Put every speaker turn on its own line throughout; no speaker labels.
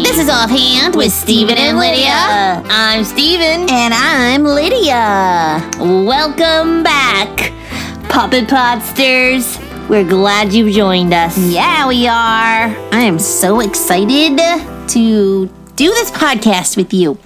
Offhand with Steven and Lydia. I'm Steven.
And I'm Lydia.
Welcome back, Puppet Podsters. We're glad you've joined us.
Yeah, we are. I am so excited to do this podcast with you.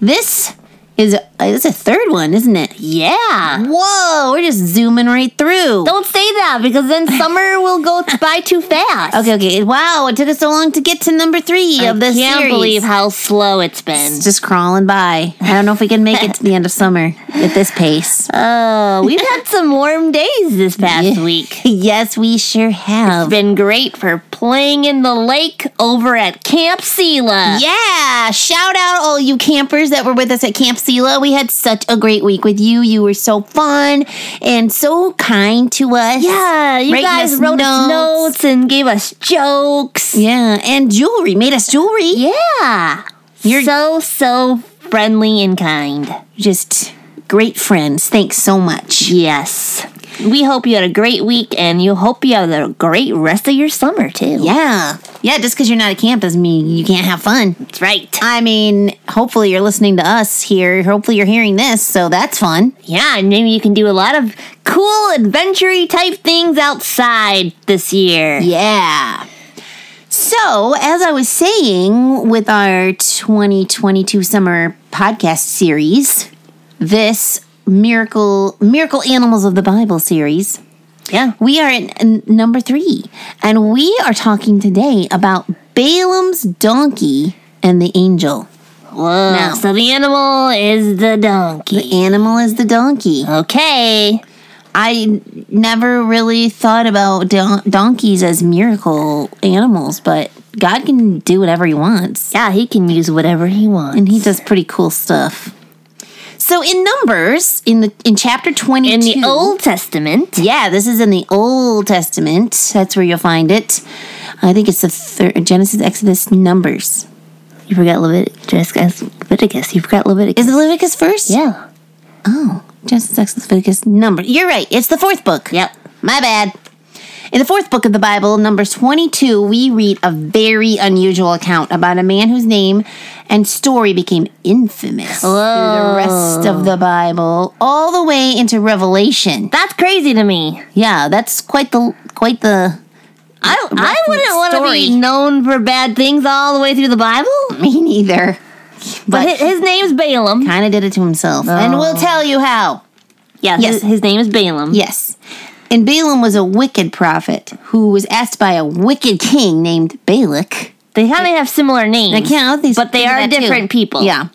This is it's a third one, isn't it?
Yeah.
Whoa, we're just zooming right through.
Don't say that because then summer will go t- by too fast.
Okay, okay. Wow, it took us so long to get to number three
I
of this
can't
series.
believe how slow it's been.
it's just crawling by. I don't know if we can make it to the end of summer at this pace.
Oh, we've had some warm days this past
Yeah.
week.
yes, we sure have.
It's been great for playing in the lake over at Camp Sela.
Yeah, shout out all you campers that were with us at Camp Sela. We had such a great week with you. You were so fun and so kind to us.
Yeah, you
Writing
guys
us
wrote
notes.
us notes and gave us jokes.
Yeah, and jewelry, made us jewelry.
Yeah. You're so, so friendly and kind.
Just great friends. Thanks so much.
Yes. We hope you had a great week and you hope you have a great rest of your summer too.
Yeah. Yeah, just because you're not at camp doesn't mean you can't have fun.
That's right.
I mean, hopefully you're listening to us here. Hopefully you're hearing this, so that's fun.
Yeah, and maybe you can do a lot of cool adventure type things outside this year.
Yeah. So, as I was saying with our 2022 summer podcast series, this miracle miracle animals of the Bible series,
Yeah.
we are at n- number 3 and we are talking today about Balaam's donkey and the angel.
Whoa.
Now-
So the animal is the donkey.
The animal is the donkey.
Okay.
I never really thought about don- donkeys as miracle animals, but God can do whatever he wants.
Yeah, he can use whatever he wants.
and he does pretty cool stuff. So in Numbers, in the in chapter twenty,
In the Old Testament,
yeah, this is in the Old Testament. That's where you'll find it. I think it's the third, Genesis, Exodus, Numbers.
you forgot Leviticus. Leviticus. You forgot Leviticus.
Is it Leviticus first?
Yeah.
Genesis, Exodus, Leviticus, Numbers. You're right. It's the fourth book.
Yep.
My bad. In the fourth book of the Bible, Numbers 22, we read a very unusual account about a man whose name and story became infamous through the rest of the Bible, all the way into Revelation.
That's crazy to me.
Yeah, that's quite the quite the.
I don't, I wouldn't want to
story.
be known for bad things all the way through the Bible.
Me neither.
But
But
his, his name's Balaam.
kind of did it to himself, and we'll tell you how.
Yeah,
Yes.
his, his name is Balaam.
Yes. And Balaam was a wicked prophet who was asked by a wicked king named Balak.
They kind of have similar names.
I can't. I don't think-
But they
think of
are
that, too.
different people.
Yeah.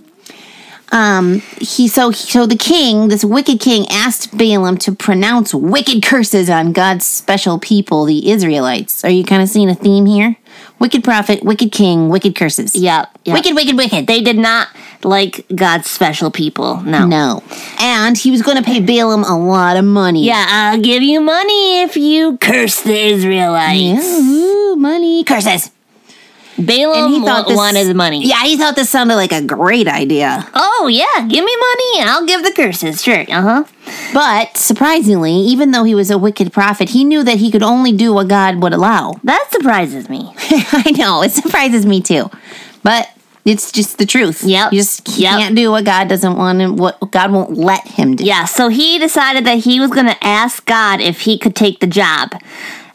Um. He so so the king, this wicked king, asked Balaam to pronounce wicked curses on God's special people, the Israelites. Are you kind of seeing a theme here? Wicked prophet, wicked king, wicked curses.
Yeah. yeah.
Wicked, wicked, wicked.
They did not like God's special people. No.
No. And he was going to pay Balaam a lot of money.
Yeah, I'll give you money if you curse the
Yeah,
Israelites.
ooh, money. Curses.
Balaam wa- wanted the money.
Yeah, he thought this sounded like a great idea.
Oh yeah, give me money and I'll give the curses. Sure. Uh huh.
But surprisingly, even though he was a wicked prophet, he knew that he could only do what God would allow.
That surprises me.
I know, it surprises me too. But it's just the truth.
Yep.
You just
Yep.
can't do what God doesn't want him what God won't let him do.
Yeah, so he decided that he was going to ask God if he could take the job.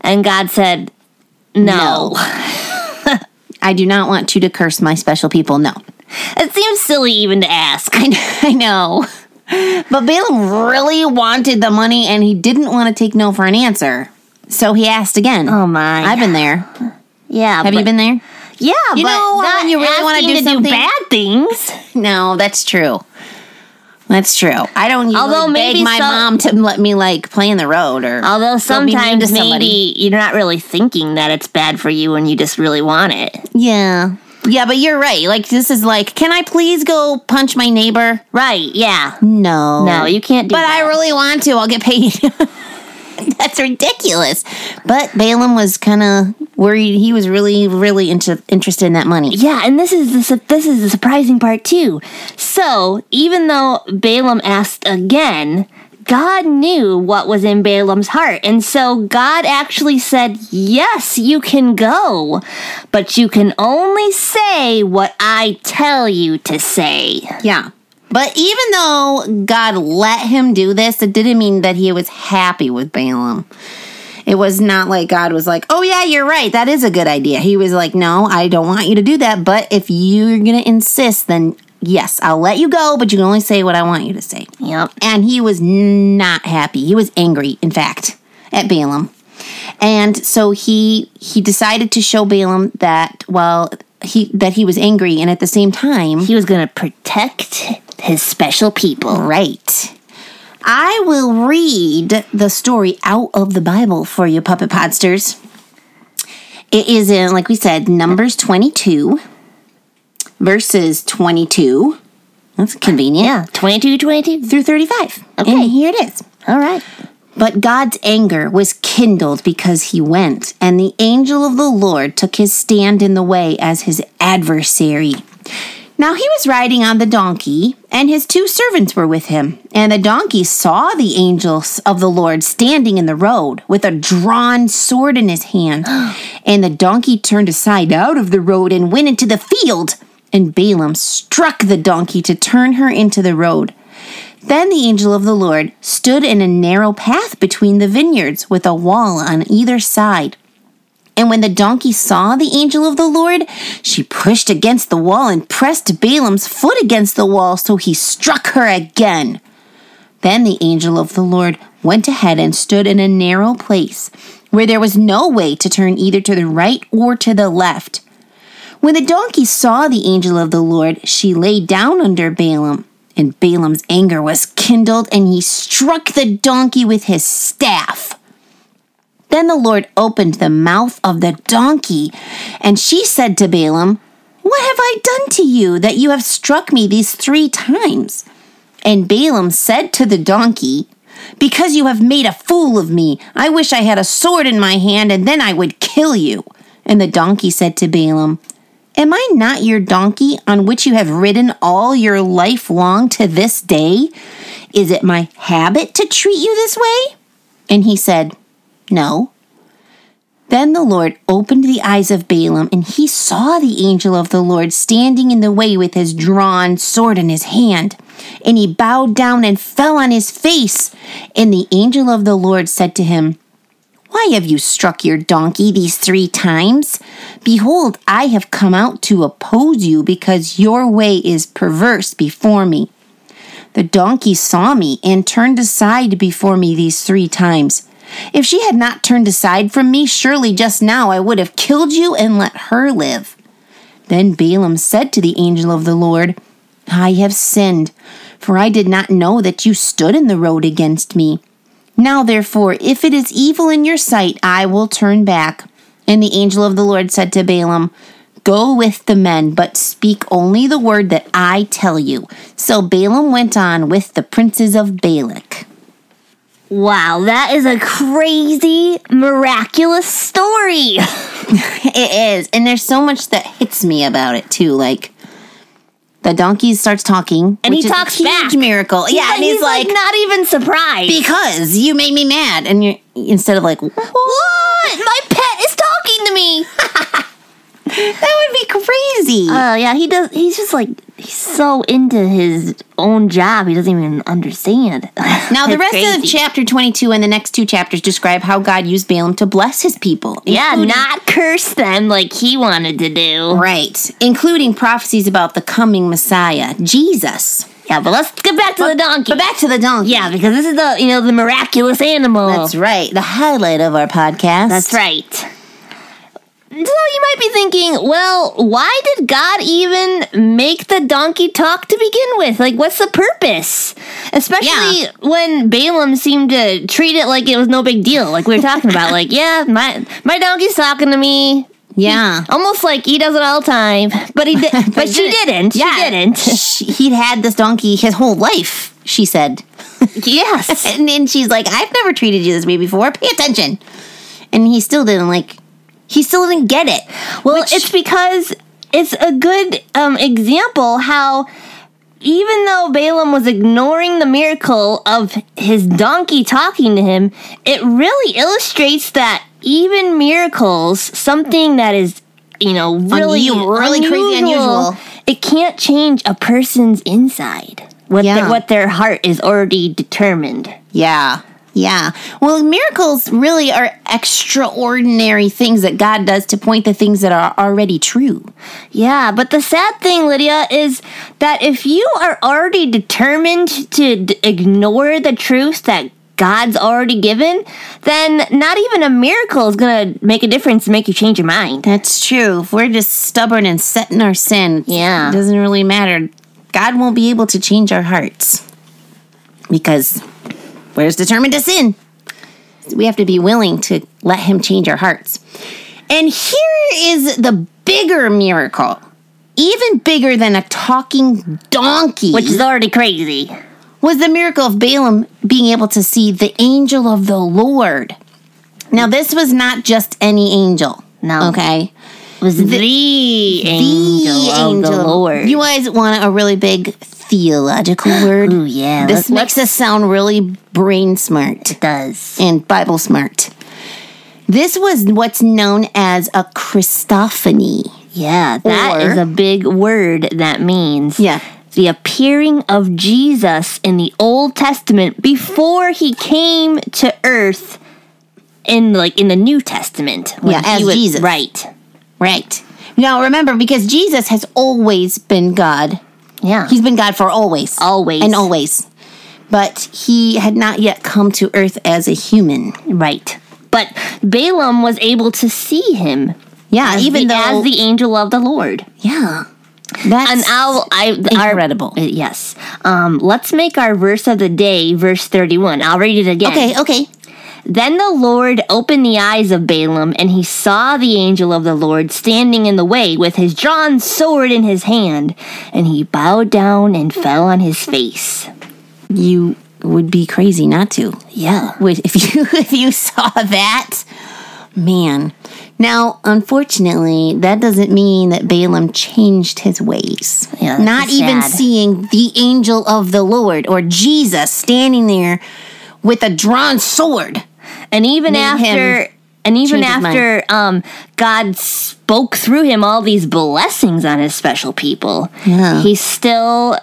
And God said, no.
I do not want you to curse my special people. No.
It seems silly even to ask.
I know, I know. But Balaam really wanted the money and he didn't want to take no for an answer. So he asked again.
Oh my.
I've been there.
yeah.
Have you been there?
Yeah,
You
but
know,
not
when you really wanna
asking
do
to
something-
bad things.
No, that's true. That's true. I don't usually
Although
Although
maybe
beg my
some-
mom to let me like play in the road or
Although
Don't be mean to
sometimes
somebody.
maybe you're not really thinking that it's bad for you and you just really want it.
yeah. Yeah, but you're right. Like this is like, can I please go punch my neighbor?
Right, yeah.
No.
No, you can't do
But
that.
I really want to. I'll get paid. That's ridiculous. But Balaam was kind of worried. He was really, really into, interested in that money.
Yeah, and this is the su- this is the surprising part too. So even though Balaam asked again, God knew what was in Balaam's heart. And so God actually said, Yes, you can go, but you can only say what I tell you to say.
Yeah. But even though God let him do this, it didn't mean that he was happy with Balaam. It was not like God was like, oh, yeah, you're right. That is a good idea. He was like, no, I don't want you to do that. But if you're going to insist, then yes, I'll let you go, but you can only say what I want you to say.
Yep.
And he was not happy. He was angry, in fact, at Balaam. And so he he decided to show Balaam that well he that he was angry and at the same time
He was going to protect his special people.
Right. I will read the story out of the Bible for you, puppet podsters. It is in, like we said, Numbers 22, verses 22. That's convenient.
Yeah, 22 22.
Through 35.
Okay.
And here it is.
All right.
But God's anger was kindled because he went, and the angel of the Lord took his stand in the way as his adversary. Now he was riding on the donkey, and his two servants were with him. And the donkey saw the angels of the Lord standing in the road with a drawn sword in his hand. And the donkey turned aside out of the road and went into the field. And Balaam struck the donkey to turn her into the road. Then the angel of the Lord stood in a narrow path between the vineyards with a wall on either side. And when the donkey saw the angel of the Lord, she pushed against the wall and pressed Balaam's foot against the wall, so he struck her again. Then the angel of the Lord went ahead and stood in a narrow place where there was no way to turn either to the right or to the left. When the donkey saw the angel of the Lord, she lay down under Balaam. And Balaam's anger was kindled, and he struck the donkey with his staff. Then the Lord opened the mouth of the donkey, and she said to Balaam, What have I done to you that you have struck me these three times? And Balaam said to the donkey, Because you have made a fool of me, I wish I had a sword in my hand, and then I would kill you. And the donkey said to Balaam, Am I not your donkey on which you have ridden all your life long to this day? Is it my habit to treat you this way? And he said, No. Then the Lord opened the eyes of Balaam, and he saw the angel of the Lord standing in the way with his drawn sword in his hand. And he bowed down and fell on his face. And the angel of the Lord said to him, why have you struck your donkey these three times? Behold, I have come out to oppose you because your way is perverse before me. The donkey saw me and turned aside before me these three times. If she had not turned aside from me, surely just now I would have killed you and let her live. Then Balaam said to the angel of the Lord, I have sinned, for I did not know that you stood in the road against me. Now, therefore, if it is evil in your sight, I will turn back. And the angel of the Lord said to Balaam, Go with the men, but speak only the word that I tell you. So Balaam went on with the princes of Balak.
Wow, that is a crazy, miraculous story.
It is. And there's so much that hits me about it, too. Like, the donkey starts talking.
And he
which is a
talks
huge
back.
miracle. Yeah, and he's, like,
not even surprised.
Because you made me mad. And you're, instead of like,
what? My pet is talking to me.
That would be crazy.
Oh yeah, he does. He's just like he's so into his own job, he doesn't even understand.
Now, the
It's
rest of
crazy.
chapter 22 and the next two chapters describe how God used Balaam to bless his people.
yeah,
including-
not curse them like he wanted to do.
Right, including prophecies about the coming Messiah, Jesus.
Yeah, but let's get back to the donkey.
But back to the donkey.
yeah, because this is the you know the miraculous animal.
That's right, the highlight of our podcast.
That's right. So you might be thinking, well, why did God even make the donkey talk to begin with? Like, what's the purpose? Especially
Yeah.
when Balaam seemed to treat it like it was no big deal. Like we were talking about, like, yeah, my my donkey's talking to me.
Yeah.
Almost like he does it all the time, but he did, but, she didn't. She didn't.
She- He'd had this donkey his whole life, she said.
yes.
And then she's like, I've never treated you this way before. Pay attention. And he still didn't like, he still didn't get it.
Well, it's because it's a good um, example how even though Balaam was ignoring the miracle of his donkey talking to him, it really illustrates that even miracles, something that is, you know, really,
Unu- really crazy unusual.
it can't change a person's inside. What,
Yeah.
their- what their heart is already determined.
Yeah. Yeah. Well, miracles really are extraordinary things that God does to point the things that are already true.
Yeah, but the sad thing, Lydia, is that if you are already determined to d- ignore the truth that God's already given, then not even a miracle is going to make a difference to make you change your mind.
That's true. If we're just stubborn and set in our sin,
Yeah.
it doesn't really matter. God won't be able to change our hearts because we're just determined to sin. We have to be willing to let Him change our hearts. And here is the bigger miracle, even bigger than a talking donkey,
Which is already crazy.
was the miracle of Balaam being able to see the angel of the Lord. Now, this was not just any angel.
No.
Okay
It was the, angel, of the Lord.
you guys want a really big theological word?
Ooh, yeah.
This
look
makes us sound really brain smart
what it does.
and Bible smart. This was what's known as a Christophany.
Yeah, that is
Or-
a big word that means
Yeah.
the appearing of Jesus in the Old Testament before he came to earth in like in the New Testament. when
Yeah,
he
as Jesus.
Right.
Right. Now remember, because Jesus has always been God,
Yeah.
he's been God for always.
Always.
And always. But he had not yet come to earth as a human.
right. But Balaam was able to see him
Yeah, even
even
though
as the angel of the Lord.
Yeah. That's
And I'll, I, our-
incredible.
uh, yes. Um, let's make our verse of the day, verse 31. I'll read it again.
okay, okay.
Then the Lord opened the eyes of Balaam, and he saw the angel of the Lord standing in the way with his drawn sword in his hand. And he bowed down and fell on his face.
you would be crazy not to.
Yeah.
Would if you if you saw that, man. Now, unfortunately, that doesn't mean that Balaam changed his ways.
Yeah, that's
not even
sad.
seeing the angel of the Lord or Jesus standing there with a drawn sword.
And even
him
after. And even
change his
after um, God spoke through him all these blessings on his special people,
Yeah.
he still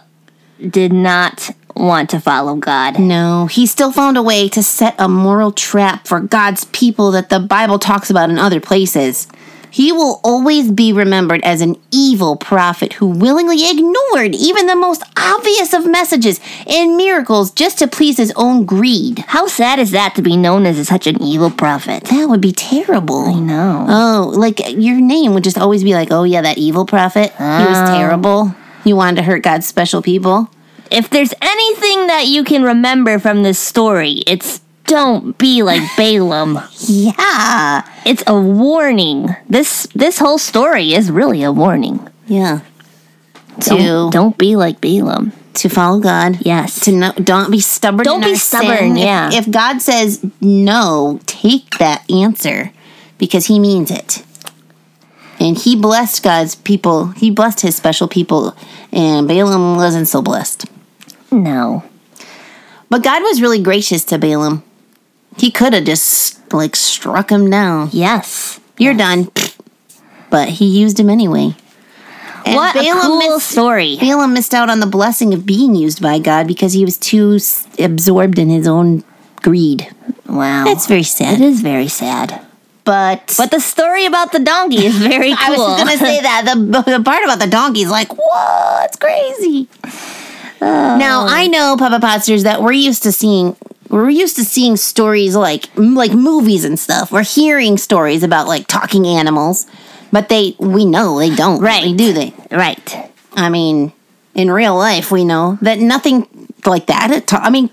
did not want to follow God.
No, he still found a way to set a moral trap for God's people that the Bible talks about in other places. He will always be remembered as an evil prophet who willingly ignored even the most obvious of messages and miracles just to please his own greed.
How sad is that to be known as such an evil prophet?
That would be terrible.
No.
Oh, like your name would just always be like, oh, yeah, that evil prophet. He was
Oh.
terrible. He wanted to hurt God's special people.
If there's anything that you can remember from this story, it's don't be like Balaam.
Yeah.
It's a warning. This this whole story is really a warning.
Yeah.
Don't,
to,
don't be like Balaam.
to follow God.
Yes.
to no, don't be stubborn.
Don't
in
be
our
stubborn,
sin.
yeah.
If, if God says no, take that answer because He means it. And He blessed God's people. He blessed His special people, and Balaam wasn't so blessed.
no.
But God was really gracious to Balaam. He could have just like struck him down.
Yes.
You're done. But He used him anyway. And
what a
Balaam
cool
missed-
story.
Balaam missed out on the blessing of being used by God because he was too s- absorbed in his own greed.
Wow.
That's very
it
sad.
is very sad.
But,
But the story about the donkey is very cool.
I was just gonna say that the, the part about the donkey's like, whoa, it's crazy.
Oh.
Now I know, Papa Potsters, that we're used to seeing we're used to seeing stories like like movies and stuff. We're hearing stories about like talking animals, but they we know they don't really,
Right.
do they?
right.
I mean, in real life, we know that nothing like that. It ta- I mean,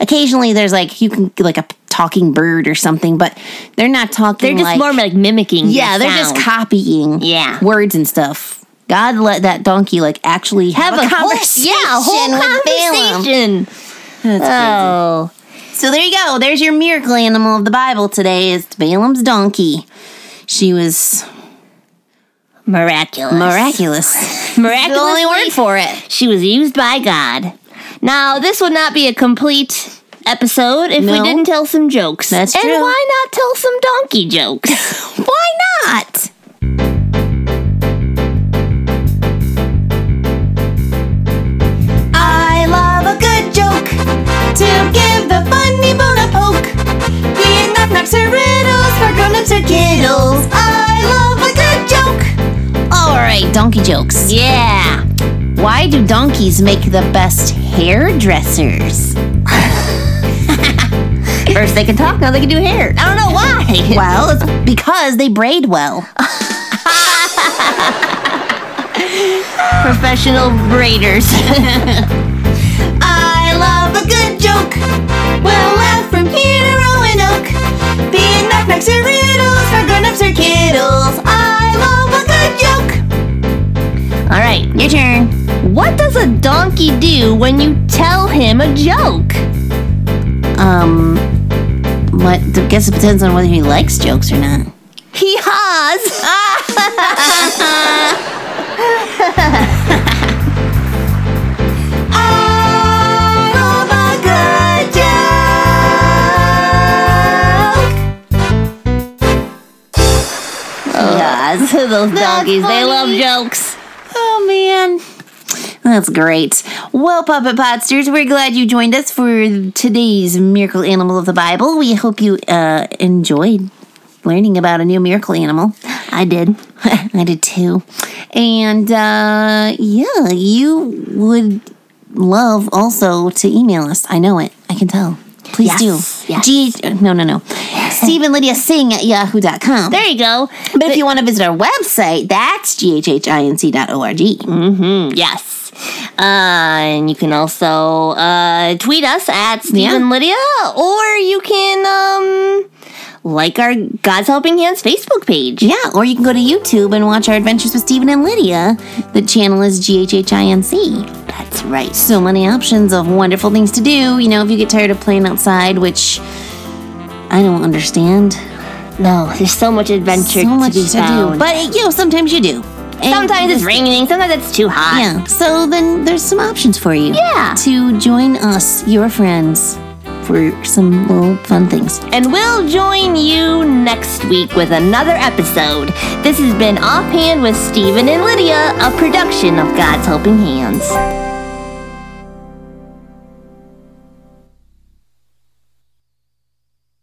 occasionally there's like you can like a talking bird or something, but they're not talking.
They're
like,
just more like mimicking.
yeah,
the
they're
sound.
just copying
Yeah.
words and stuff. God let that donkey like actually have,
have
a,
a whole,
conversation
yeah, a whole
with Balaam.
conversation. oh.
So there you go. There's your miracle animal of the Bible today is Balaam's donkey. She was
Miraculous.
miraculous. That's the
miraculously
only word for it.
She was used by God. Now, this would not be a complete episode if we
No.
didn't tell some jokes.
That's
And
true.
why not tell some donkey jokes?
Why not? I love a good joke to give the funny bone a poke. Being knock-knocks are riddles for grown-ups or kiddles. I love a good joke. All right, donkey jokes.
yeah.
Why do donkeys make the best hairdressers?
First they can talk, now they can do hair. I don't know why.
Well, it's because they braid well.
Professional braiders.
I love a good joke. We'll laugh from here to Roanoke. Being knock-knocks or riddles for grown-ups or kiddles. I love a good joke.
All right.
Your turn.
What does a donkey do when you tell him a joke?
Um, what? I guess it depends on whether he likes jokes or not.
He haws.
I love a good joke.
yes, those donkeys, they love
funny.
jokes.
Oh man. That's great. Well, Puppet Podsters, we're glad you joined us for today's Miracle Animal of the Bible. We hope you uh, enjoyed learning about a new miracle animal.
I did.
I did too. And uh, yeah, you would love also to email us. I know it. I can tell. Please
Yes,
do.
yes.
G- no, no, no. Stephen Lydia Sing at yahoo.com.
There you go.
But if you want to visit our website, that's ghhinc.org.
Yes. Uh, and you can also uh, tweet us at Steve
Yeah.
and Lydia, or you can um, like our God's Helping Hands Facebook page.
Yeah, or you can go to YouTube and watch our adventures with Stephen and Lydia. The channel is GHHINC. That's right. So many options of wonderful things to do. You know, if you get tired of playing outside, which I don't understand.
No, there's so much adventure
so much
to be
to,
found.
do. But you know, sometimes you do. And
sometimes it's raining, sometimes it's too hot.
yeah. So then there's some options for you.
Yeah.
To join us, your friends, for some little fun things.
And we'll join you next week with another episode. This has been Offhand with Stephen and Lydia, a production of God's Helping Hands.